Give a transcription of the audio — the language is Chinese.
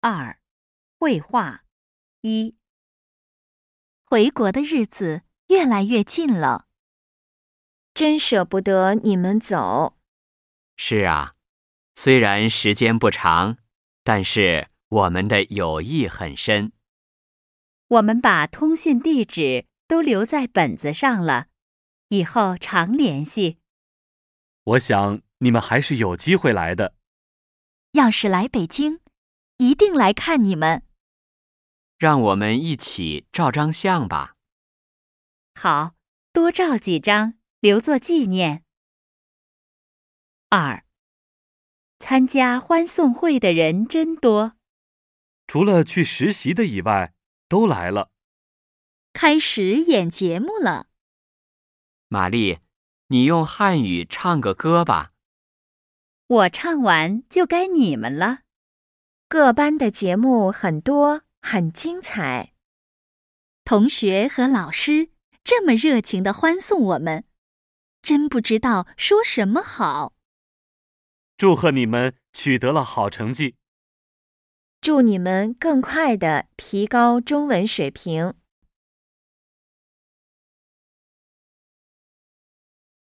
二，绘画。一，回国的日子越来越近了。真舍不得你们走。是啊，虽然时间不长，但是我们的友谊很深。我们把通讯地址都留在本子上了，以后常联系。我想你们还是有机会来的。要是来北京，一定来看你们。让我们一起照张相吧。好，多照几张留作纪念。二，参加欢送会的人真多，除了去实习的以外，都来了。开始演节目了。玛丽，你用汉语唱个歌吧。我唱完就该你们了。各班的节目很多，很精彩。同学和老师这么热情的欢送我们，真不知道说什么好。祝贺你们取得了好成绩。祝你们更快的提高中文水平。